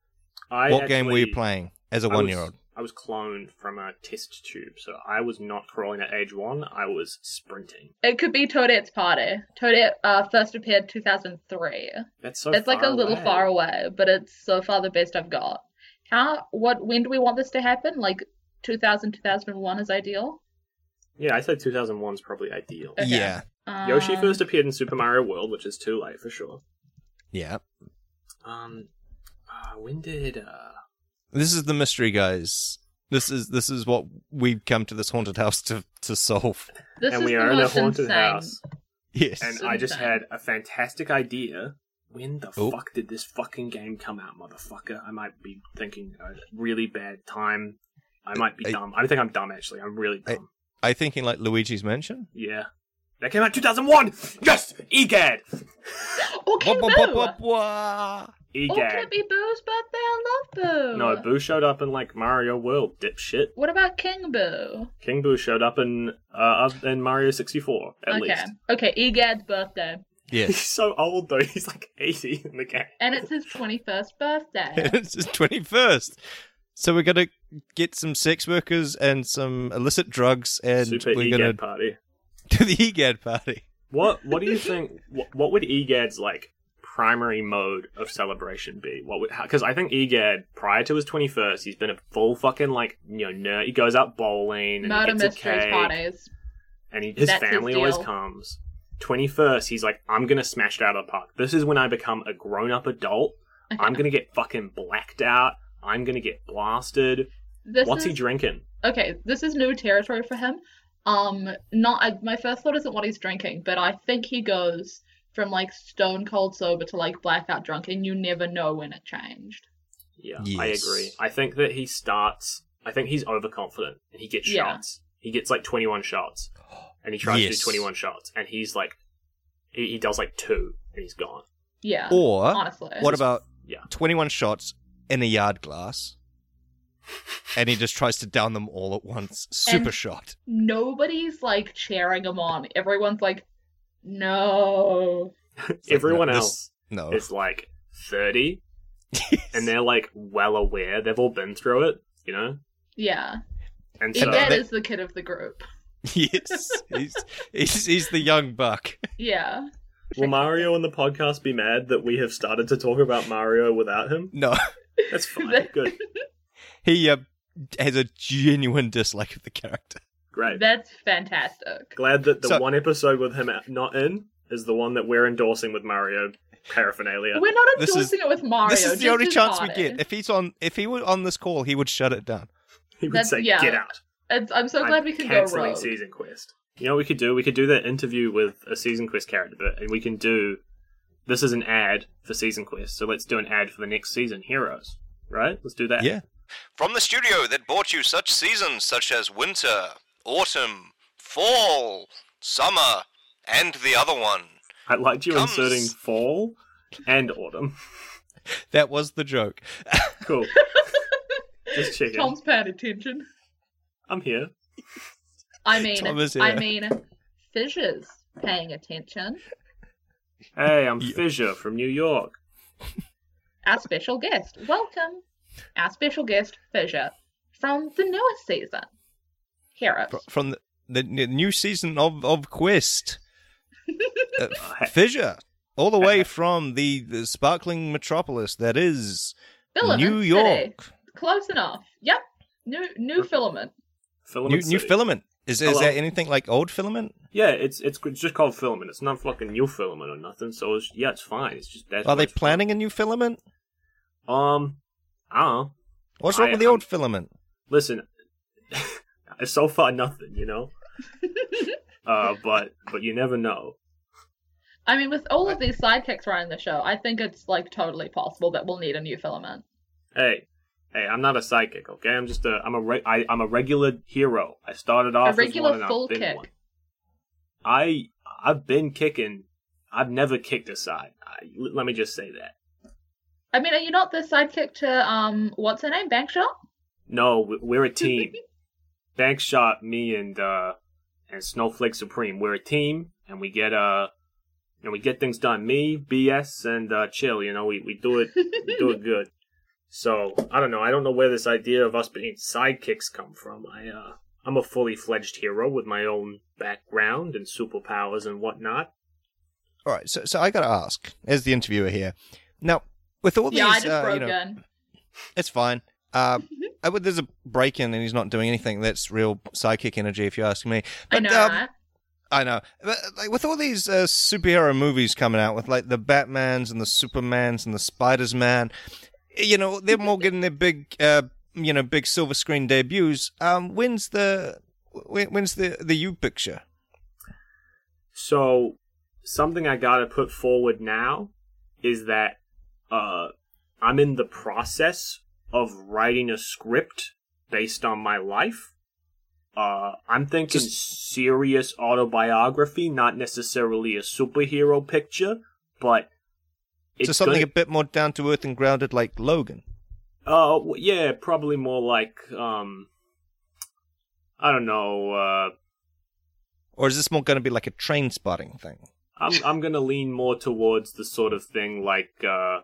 Speaker 3: I
Speaker 2: what game were you
Speaker 3: actually-
Speaker 2: playing as a
Speaker 3: I was- [LAUGHS]
Speaker 2: one-year-old?
Speaker 3: I was cloned from a test tube, so I was not crawling at age one. I was sprinting.
Speaker 4: It could be Toadette's party. Toadette uh, first appeared 2003.
Speaker 3: That's so.
Speaker 4: it's like
Speaker 3: far
Speaker 4: a little
Speaker 3: away.
Speaker 4: far away, but it's so far the best I've got. How? What? When do we want this to happen? Like 2000, 2001 is ideal.
Speaker 3: Yeah, I said 2001 is probably ideal.
Speaker 4: Okay.
Speaker 2: Yeah,
Speaker 3: Yoshi
Speaker 4: Um,
Speaker 3: first appeared in Super Mario World, which is too late for sure.
Speaker 2: yeah.
Speaker 3: Um, uh, when did uh?
Speaker 2: This is the mystery, guys. This is this is what we've come to this haunted house to to solve. [LAUGHS]
Speaker 4: This
Speaker 3: and
Speaker 4: is
Speaker 3: we
Speaker 4: the
Speaker 3: are in a
Speaker 4: most
Speaker 3: haunted
Speaker 4: insane.
Speaker 3: house.
Speaker 2: Yes.
Speaker 3: And
Speaker 4: Insane.
Speaker 3: I just had a fantastic idea. When the
Speaker 2: Oh.
Speaker 3: fuck did this fucking game come out, motherfucker? I might be thinking a really bad time. I might be
Speaker 2: I-
Speaker 3: dumb. I think I'm dumb actually. I'm really
Speaker 2: I-
Speaker 3: dumb.
Speaker 2: I thinking like Luigi's Mansion.
Speaker 3: Yeah. That came out 2001. Yes, E egad,
Speaker 4: Or can
Speaker 2: Wah, wah,
Speaker 4: Oh,
Speaker 2: wah,
Speaker 4: Boo?
Speaker 2: wah, wah.
Speaker 4: Or can
Speaker 3: egad.
Speaker 4: it be Boo's birthday? I love Boo.
Speaker 3: No, Boo showed up in like Mario World, dipshit.
Speaker 4: What about King Boo?
Speaker 3: King Boo showed up in uh in Mario 64 at
Speaker 4: okay.
Speaker 3: least. [LAUGHS]
Speaker 4: Okay, Egad's birthday.
Speaker 2: Yes.
Speaker 3: He's so old though. He's like 80 in the game.
Speaker 4: And it's his 21st birthday.
Speaker 2: [LAUGHS] it's his twenty first. So we're gonna get some sex workers and some illicit drugs, and
Speaker 3: Super E
Speaker 2: we're
Speaker 3: EGAD
Speaker 2: gonna
Speaker 3: party.
Speaker 2: [LAUGHS] do the egad party.
Speaker 3: What What do
Speaker 4: [LAUGHS]
Speaker 3: you think? What, what would EGAD's like primary mode of celebration be? What would? Because I think EGAD prior to his 21st, he's been a full fucking like you know nerd. He goes out bowling and
Speaker 4: Murder
Speaker 3: he gets a
Speaker 4: mysteries
Speaker 3: cake,
Speaker 4: parties.
Speaker 3: and he, his
Speaker 4: eh? That's his
Speaker 3: family always
Speaker 4: deal.
Speaker 3: comes. 21st, he's like, I'm gonna smash it out of the park. This is when I become a grown up adult.
Speaker 4: Okay. [LAUGHS]
Speaker 3: I'm gonna get fucking blacked out. I'm gonna get blasted.
Speaker 4: This
Speaker 3: What's he
Speaker 4: is-
Speaker 3: drinking?
Speaker 4: Okay, this is new territory for him. Um, not I, my first thought isn't what he's drinking, but I think he goes from like stone cold sober to like blackout drunk, and you never know when it changed.
Speaker 3: Yeah, I
Speaker 2: Yes.
Speaker 3: agree. I think that he starts. I think he's overconfident and he gets
Speaker 4: Yeah.
Speaker 3: shots. He gets like 21 shots, and he tries to
Speaker 2: Yes.
Speaker 3: do 21 shots, and he's like, he, he does like two, and
Speaker 2: [LAUGHS]
Speaker 3: he's gone.
Speaker 4: Yeah,
Speaker 2: Or
Speaker 4: honestly.
Speaker 2: what about
Speaker 3: Yeah.
Speaker 2: 21 shots in a yard
Speaker 4: [LAUGHS]
Speaker 2: glass and he just tries to down them all at once super
Speaker 4: And-
Speaker 2: shot
Speaker 4: Nobody's like cheering him on. Everyone's like, no.
Speaker 2: like,
Speaker 3: Everyone
Speaker 2: no, this-
Speaker 3: else
Speaker 2: no
Speaker 3: is like 30, and they're like well aware. They've all been through it, you know.
Speaker 4: Yeah,
Speaker 3: And so,
Speaker 4: Egad
Speaker 2: they-
Speaker 4: is the kid of the group.
Speaker 2: [LAUGHS] yes he's, he's, he's the young buck
Speaker 4: Yeah.
Speaker 3: will Mario on the podcast be mad that we have started to talk about Mario without him?
Speaker 2: no
Speaker 3: That's fine.
Speaker 4: That-
Speaker 3: Good.
Speaker 2: he uh, has a genuine dislike of the character
Speaker 3: Great.
Speaker 4: That's fantastic.
Speaker 3: Glad that the
Speaker 2: So-
Speaker 3: one episode with him not in is the one that we're endorsing with Mario paraphernalia.
Speaker 4: We're not
Speaker 2: This is-
Speaker 4: endorsing it with Mario.
Speaker 2: this is the
Speaker 4: just
Speaker 2: only
Speaker 4: his
Speaker 2: chance we
Speaker 4: party.
Speaker 2: get if he's on if he were on this call he would shut it down
Speaker 3: He would
Speaker 4: That's-
Speaker 3: say,
Speaker 4: yeah.
Speaker 3: "Get out."
Speaker 4: It's, I'm so glad we can go
Speaker 3: canceling
Speaker 4: rogue.
Speaker 3: season quest. You know what we could do? We could do that interview with a season quest character, but- and we can do. This is an ad for season quest, so let's do an ad for the next season, Heroes. Right? Let's do that.
Speaker 2: Yeah. From the studio that brought you such seasons such as winter, autumn, fall, summer, and the other one.
Speaker 3: I liked you
Speaker 2: Comes.
Speaker 3: inserting fall and autumn. [LAUGHS]
Speaker 2: That was the joke.
Speaker 4: [LAUGHS]
Speaker 3: Cool. Just checking.
Speaker 4: Tom's paying attention.
Speaker 3: I'm here.
Speaker 4: I mean,
Speaker 2: Tom is
Speaker 4: I
Speaker 2: here.
Speaker 4: mean, Fisher's paying attention.
Speaker 3: Hey, I'm
Speaker 2: Yeah.
Speaker 3: Fisher from New York.
Speaker 4: Our special guest, welcome. Our special guest, Fisher, from the newest season. Carrot.
Speaker 2: Fr- from the, the n- new season of, of Quest. [LAUGHS] Uh,
Speaker 3: Hey.
Speaker 2: Fissure, all the way from the, the sparkling metropolis that is
Speaker 4: Filament
Speaker 2: New
Speaker 4: City.
Speaker 2: York.
Speaker 4: Close enough. Yep. New new filament.
Speaker 2: New,
Speaker 3: Filament
Speaker 2: new
Speaker 3: City.
Speaker 2: filament. Is, is
Speaker 3: Hello.
Speaker 2: that anything like old filament?
Speaker 3: Yeah, it's it's it's just called filament. It's not fucking new filament or nothing. So it's, yeah, it's fine. It's just that's
Speaker 2: Are
Speaker 3: what
Speaker 2: they
Speaker 3: it's for.
Speaker 2: planning a new filament?
Speaker 3: Um, I don't know.
Speaker 2: What's wrong
Speaker 3: I-
Speaker 2: with the
Speaker 3: I'm-
Speaker 2: old filament?
Speaker 3: Listen, [LAUGHS] so far nothing, you
Speaker 4: [LAUGHS]
Speaker 3: know. uh, but but you never know.
Speaker 4: I mean, with all of these sidekicks running the show, I think it's like totally possible that we'll need a new filament.
Speaker 3: Hey, hey, I'm not a psychic, okay? I'm just a I'm a re- I, I'm a regular hero. I started off
Speaker 4: a regular
Speaker 3: as one and I've
Speaker 4: full
Speaker 3: been
Speaker 4: kick.
Speaker 3: one. I I've been kicking. I've never kicked a side. I, l- let me just say that.
Speaker 4: I mean, are you not the sidekick to um what's her name? Bankshot?
Speaker 3: No, we- we're a team. Bank shot me and uh and Snowflake Supreme. We're a team, and we get uh and we get things done. Me, BS, and uh, Chill. You know, we we do it we do it good. So I don't know. I don't know where this idea of us being sidekicks come from. I uh I'm a fully fledged hero with my own background and superpowers and whatnot.
Speaker 2: All right, so so I got to ask, as the interviewer here, now with all
Speaker 4: yeah, I
Speaker 2: these,
Speaker 4: just
Speaker 2: uh,
Speaker 4: broke
Speaker 2: you know,
Speaker 4: in.
Speaker 2: It's fine.
Speaker 4: [LAUGHS]
Speaker 2: Uh, I would, there's a break in and he's not doing anything. That's real psychic energy, if you ask me.
Speaker 4: I
Speaker 2: But,
Speaker 4: know,
Speaker 2: um,
Speaker 4: right?
Speaker 2: I know. But, like with all these uh, superhero movies coming out, with like the Batman's and the Supermans and the Spiders Man, you know, they're all getting their big, uh, you know, big silver screen debuts. Um, when's the when, when's the the you picture?
Speaker 3: So something I gotta put forward now is that uh, I'm in the process of writing a script based on my life. Uh, I'm thinking serious autobiography, not necessarily a superhero picture, but
Speaker 2: so something
Speaker 3: gonna-
Speaker 2: a bit more down to earth and grounded, like Logan.
Speaker 3: uh, w- yeah, probably more like um, I don't know. Uh,
Speaker 2: Or is this more going to be like a train spotting thing?
Speaker 3: I'm I'm gonna lean more towards the sort of thing like uh,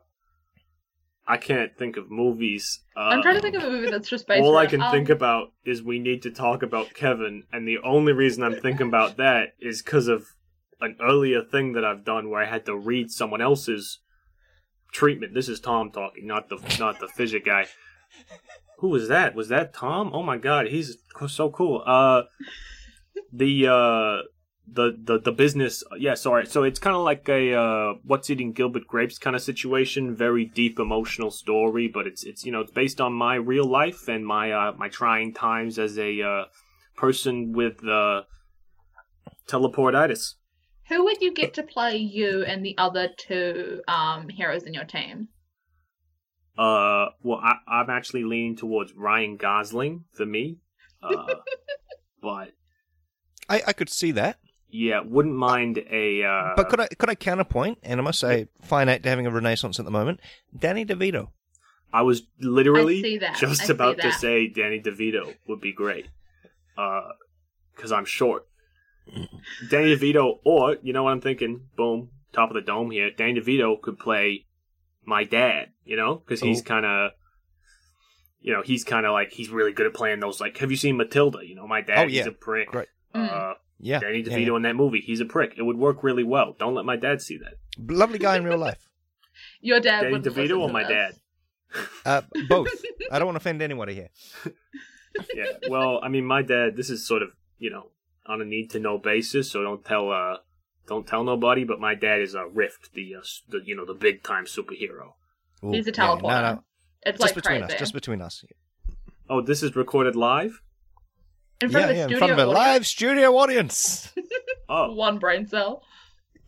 Speaker 3: I can't think of movies. Uh,
Speaker 4: I'm trying to think of a movie that's just based.
Speaker 3: all I
Speaker 4: around-
Speaker 3: can
Speaker 4: um,
Speaker 3: think about is we need to talk about Kevin, and the only reason I'm thinking about that is because of an earlier thing that I've done where I had to read someone else's treatment. This is Tom talking, not the not the fidget guy. Who was that? Was that Tom? Oh my god, he's co- so cool. Uh, the uh, the the the business. Yeah, sorry. So it's kind of like a uh, what's eating Gilbert Grapes kind of situation. Very deep emotional story, but it's it's you know it's based on my real life and my uh, my trying times as a uh, person with uh, teleportitis.
Speaker 4: Who would you get to play you and the other two um heroes in your team?
Speaker 3: Uh, well, I, I'm actually leaning towards Ryan Gosling for me, uh, but
Speaker 2: I, I could see that.
Speaker 3: yeah, wouldn't mind a. Uh,
Speaker 2: But could I could I counterpoint? And I must say, fine act having a renaissance at the moment. Danny DeVito.
Speaker 3: I was
Speaker 4: I see
Speaker 3: literally
Speaker 4: that. I
Speaker 3: just
Speaker 4: see
Speaker 3: about to
Speaker 4: that.
Speaker 3: say Danny DeVito would be great, because I'm short. Danny DeVito, or you know what I'm thinking? Boom, top of the dome here. Danny DeVito could play my dad, you know, because he's
Speaker 2: Oh.
Speaker 3: kind of, you know, he's kind of like he's really good at playing those. Like, have you seen Matilda? You know, my dad,
Speaker 2: Oh,
Speaker 3: he's
Speaker 2: yeah.
Speaker 3: a prick.
Speaker 2: Great.
Speaker 4: Mm.
Speaker 3: Uh,
Speaker 2: Yeah.
Speaker 3: Danny
Speaker 2: yeah,
Speaker 3: DeVito
Speaker 2: yeah.
Speaker 3: in that movie, he's a prick. It would work really well. Don't let my dad see that.
Speaker 2: Lovely guy in real life.
Speaker 4: Your dad
Speaker 3: Danny
Speaker 4: wouldn't
Speaker 3: DeVito
Speaker 4: listen
Speaker 3: or
Speaker 4: to
Speaker 3: my
Speaker 4: this.
Speaker 3: dad?
Speaker 2: Uh, both. I don't want to offend anybody here.
Speaker 3: yeah. Well, I mean, my dad. This is sort of you know on a need to know basis, so don't tell uh don't tell nobody. But my dad is uh, Rift, the uh, s- the you know the big time superhero.
Speaker 2: Ooh,
Speaker 4: [LAUGHS] He's a
Speaker 2: yeah,
Speaker 4: teleporter.
Speaker 2: no, no.
Speaker 4: It's
Speaker 2: Just
Speaker 4: like
Speaker 2: between
Speaker 4: crazy.
Speaker 2: us. Just between us.
Speaker 3: Oh, this is recorded live.
Speaker 4: in front
Speaker 2: yeah,
Speaker 4: of a
Speaker 2: yeah, in
Speaker 4: studio
Speaker 2: front of a
Speaker 4: audience,
Speaker 2: live studio audience. [LAUGHS]
Speaker 3: Oh,
Speaker 4: one brain cell.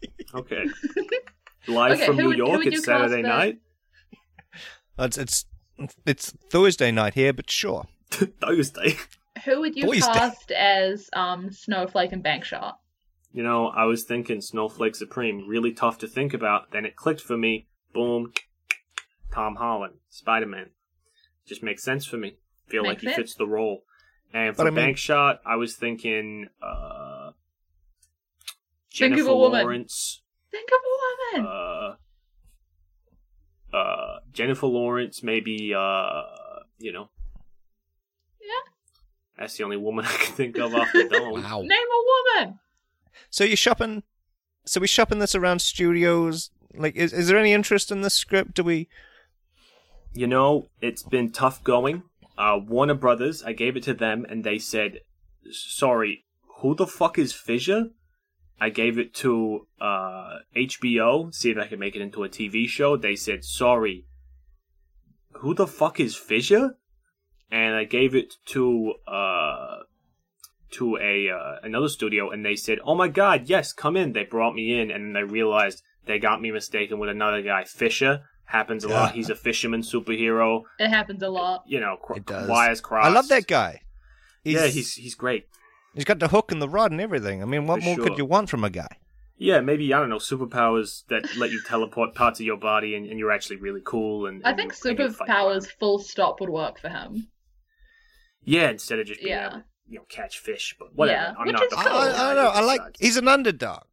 Speaker 4: [LAUGHS]
Speaker 3: okay. Live
Speaker 4: Okay,
Speaker 3: from
Speaker 4: who
Speaker 3: New
Speaker 4: would- who
Speaker 3: York.
Speaker 4: would you
Speaker 3: It's Saturday
Speaker 4: cast as-
Speaker 3: night. [LAUGHS]
Speaker 2: it's, it's it's Thursday night here, but sure.
Speaker 3: Thursday.
Speaker 4: Who would you
Speaker 2: Boy's dad.
Speaker 4: cast as um Snowflake and Bankshot?
Speaker 3: You know, I was thinking Snowflake Supreme. Really tough to think about. Then it clicked for me. Boom. Tom Holland, Spider Man. Just makes sense for me. Feel
Speaker 4: Makes
Speaker 3: like he
Speaker 4: sense.
Speaker 3: fits the role. And
Speaker 2: But
Speaker 3: for
Speaker 2: I mean-
Speaker 3: bank shot, I was thinking uh,
Speaker 4: Think of a
Speaker 3: Jennifer
Speaker 4: woman.
Speaker 3: Lawrence.
Speaker 4: Think of a woman.
Speaker 3: Uh, uh, Jennifer Lawrence, maybe. Uh, you know.
Speaker 4: Yeah.
Speaker 3: That's the only woman [LAUGHS] I can think of off the dome.
Speaker 2: Oh.
Speaker 5: Wow.
Speaker 4: Name a woman.
Speaker 2: So you're shopping. So we shopping this around studios. Like, is, is there any interest in this script? Do we?
Speaker 3: You know, it's been tough going. Uh, Warner Brothers, I gave it to them and they said, sorry, who the fuck is Fissure? I gave it to uh, HBO, see if I could make it into a TV show. They said, sorry, who the fuck is Fissure? And I gave it to uh, to a uh, another studio and they said, oh my god, yes, come in. They brought me in and they realized they got me mistaken with another guy, Fisher. Happens a lot. He's a fisherman superhero
Speaker 4: It happens a lot.
Speaker 3: you know, cr-
Speaker 2: It does.
Speaker 3: wires crossed.
Speaker 2: I love that guy.
Speaker 3: yeah, he's he's great.
Speaker 2: he's got the hook and the rod and everything. I mean, what
Speaker 3: For
Speaker 2: more
Speaker 3: sure.
Speaker 2: could you want from a guy?
Speaker 3: Yeah, maybe I don't know superpowers that let you teleport parts of your body, and, and you're actually really cool. And,
Speaker 4: I
Speaker 3: and
Speaker 4: think
Speaker 3: you- and you fight
Speaker 4: superpowers
Speaker 3: crime.
Speaker 4: full stop would work for him.
Speaker 3: Yeah, instead of just being
Speaker 4: Yeah.
Speaker 3: able to you know catch fish, but whatever.
Speaker 4: Yeah,
Speaker 3: I'm
Speaker 4: which
Speaker 3: not
Speaker 4: is
Speaker 3: the
Speaker 2: I,
Speaker 4: cool.
Speaker 3: kind
Speaker 2: I, I
Speaker 3: of guy
Speaker 2: don't know.
Speaker 3: who
Speaker 2: I like.
Speaker 3: decides.
Speaker 2: He's an underdog.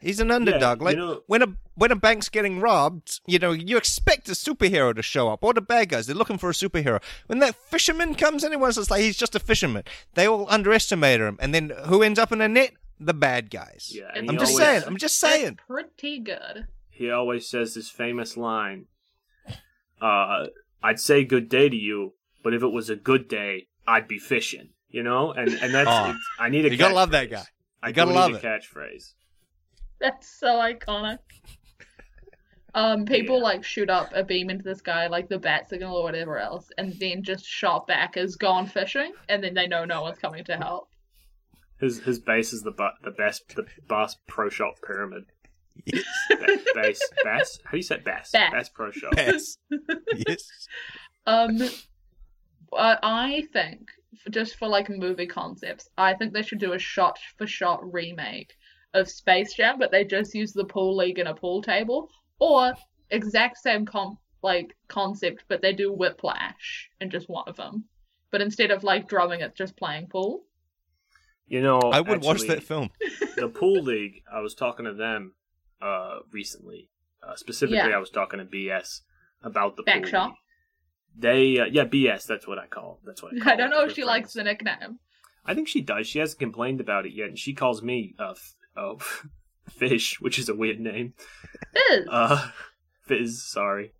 Speaker 2: He's an underdog.
Speaker 3: you
Speaker 2: like
Speaker 3: know-
Speaker 2: when a when a bank's getting robbed, you know, you expect a superhero to show up or the bad guys. They're looking for a superhero. When that fisherman comes in, everyone's just like, he's just a fisherman. They all underestimate him, and then who ends up in the net? The bad guys.
Speaker 3: Yeah,
Speaker 4: I'm
Speaker 3: and
Speaker 2: I'm
Speaker 3: he
Speaker 2: just
Speaker 3: always-
Speaker 2: saying. I'm just saying.
Speaker 4: That's pretty good.
Speaker 3: he always says this famous line. Uh, I'd say good day to you, but if it was a good day, I'd be fishing. You know, and and that's
Speaker 2: Aw.
Speaker 3: it's- I need a.
Speaker 2: You gotta love that
Speaker 3: catchphrase.
Speaker 2: guy.
Speaker 3: I
Speaker 2: You gotta
Speaker 3: do need
Speaker 2: love
Speaker 3: a
Speaker 2: it.
Speaker 3: catchphrase.
Speaker 4: [LAUGHS] That's so iconic. Um, people
Speaker 3: Yeah.
Speaker 4: like shoot up a beam into the sky, like the bat signal or whatever else, and then just shot back as gone fishing, and then they know no one's coming to help.
Speaker 3: His his base is the bu- the best the best pro shop pyramid.
Speaker 2: Yes.
Speaker 3: Ba- base bass. How do you say bass?
Speaker 4: Bass.
Speaker 3: Bass pro shop.
Speaker 2: Yes. [LAUGHS] yes.
Speaker 4: Um, but I think f- just for like movie concepts, I think they should do a shot for shot remake of Space Jam, but they just use the pool league and a pool table, or exact same com like concept, but they do Whiplash in just one of them. But instead of like drumming, it's just playing pool.
Speaker 3: You know,
Speaker 2: I would watch
Speaker 3: actually,
Speaker 2: that film.
Speaker 3: the pool league. I was talking to them uh recently. Uh, specifically,
Speaker 4: Yeah.
Speaker 3: I was talking to BS about the
Speaker 4: Back
Speaker 3: pool
Speaker 4: shop.
Speaker 3: league. They uh, yeah BS. That's what I call. That's what I. Call
Speaker 4: [LAUGHS] I don't
Speaker 3: it.
Speaker 4: know if
Speaker 3: We're
Speaker 4: she likes the
Speaker 3: friends.
Speaker 4: nickname.
Speaker 3: I think she does. She hasn't complained about it yet, and she calls me uh f- oh, [LAUGHS] fish, which is a weird name.
Speaker 4: Fizz.
Speaker 3: Uh, [LAUGHS] fizz. Sorry.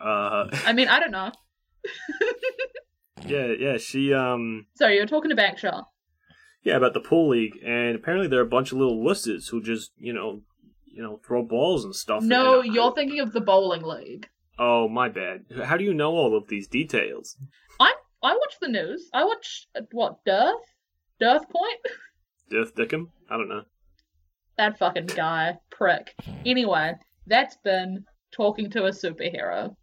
Speaker 3: Uh,
Speaker 4: I mean, I don't know.
Speaker 3: yeah, yeah. She um.
Speaker 4: So you're talking to Bankshot.
Speaker 3: Yeah, about the pool league, and apparently there are a bunch of little wusses who just you know, you know, throw balls and stuff.
Speaker 4: No,
Speaker 3: and-
Speaker 4: you're thinking of the bowling league.
Speaker 3: Oh, my bad. How do you know all of these details?
Speaker 4: I I watch the news. I watch uh, what Dearth, Dearth Point. [LAUGHS]
Speaker 3: Death Dickum? I don't know.
Speaker 4: That fucking guy, prick. Anyway, that's been talking to a superhero.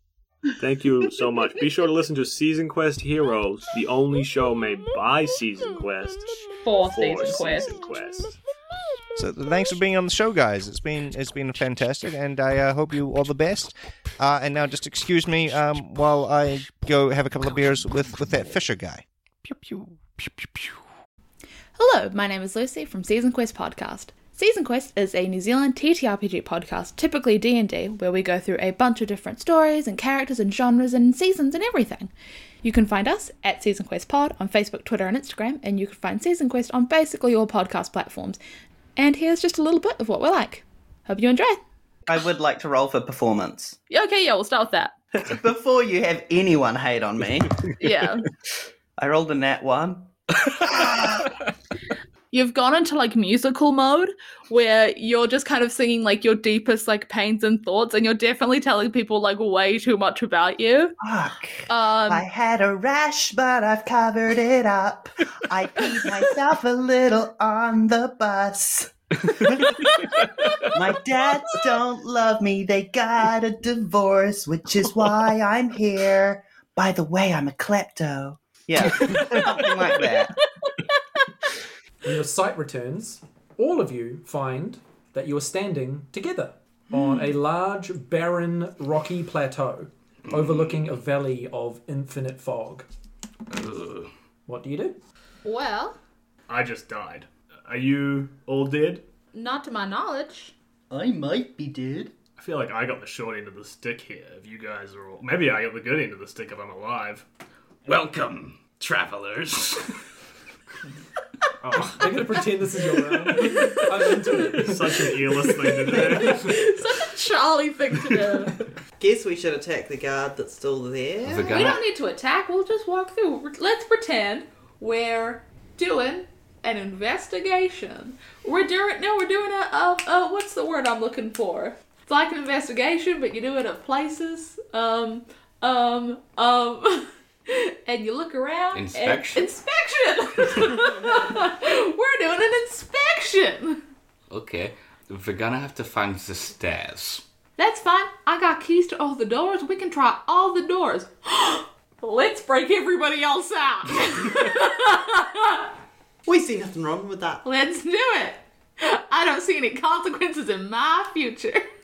Speaker 3: Thank you so much. Be sure to listen to Season Quest Heroes, the only show made by Season Quest.
Speaker 4: For
Speaker 3: For
Speaker 4: season quest.
Speaker 3: Season Quest.
Speaker 2: So thanks for being on the show, guys. It's been it's been fantastic, and I uh, hope you all the best. Uh, and now just excuse me um, while I go have a couple of beers with with that Fisher guy. Pew pew.
Speaker 6: Hello, my name is Lucy from Season Quest Podcast. Season Quest is a New Zealand TTRPG podcast, typically D&D, where we go through a bunch of different stories and characters and genres and seasons and everything. You can find us at Season Quest Pod on Facebook, Twitter, and Instagram, and you can find Season Quest on basically all podcast platforms. And here's just a little bit of what we're like. Hope you enjoy.
Speaker 7: I would like to roll for performance.
Speaker 6: Yeah, okay, yeah, we'll start with that.
Speaker 7: Before you have anyone hate on me,
Speaker 6: Yeah.
Speaker 7: I rolled a nat one.
Speaker 6: you've gone into like musical mode where you're just kind of singing like your deepest like pains and thoughts and you're definitely telling people like way too much about you
Speaker 7: Fuck. I
Speaker 6: um
Speaker 7: had a rash, but I've covered it up. I peed myself a little on the bus. [LAUGHS] My dads don't love me. They got a divorce, which is why I'm here. By the way, I'm a klepto. Yeah, something like that.
Speaker 8: When your sight returns, all of you find that you are standing together on a large, barren, rocky plateau overlooking a valley of infinite fog. What do you do?
Speaker 6: well
Speaker 9: I just died. Are you all dead?
Speaker 6: not to my knowledge
Speaker 7: I might be dead.
Speaker 9: I feel like I got the short end of the stick here. If you guys are all, maybe I got the good end of the stick if I'm alive. Welcome [LAUGHS]
Speaker 3: travelers.
Speaker 8: They're gonna pretend this is your round. I'm into it.
Speaker 3: Such an earless thing to do.
Speaker 4: Charlie thing to
Speaker 6: [LAUGHS]
Speaker 4: do.
Speaker 7: Guess we should attack the guard that's still there.
Speaker 10: The
Speaker 4: we
Speaker 10: guard,
Speaker 4: don't need to attack. We'll just walk through. Let's pretend we're doing an investigation. We're doing no, we're doing a, a, a what's the word I'm looking for? It's like an investigation, but you do it at places. Um, um, um. [LAUGHS] And you look around. and-
Speaker 10: Inspection.
Speaker 4: inspection. [LAUGHS] We're doing an inspection.
Speaker 10: okay, we're gonna have to find the stairs.
Speaker 4: That's fine. I got keys to all the doors. We can try all the doors. [GASPS] Let's break everybody else out. [LAUGHS]
Speaker 7: We see nothing wrong with that.
Speaker 4: Let's do it. I don't see any consequences in my future. [LAUGHS]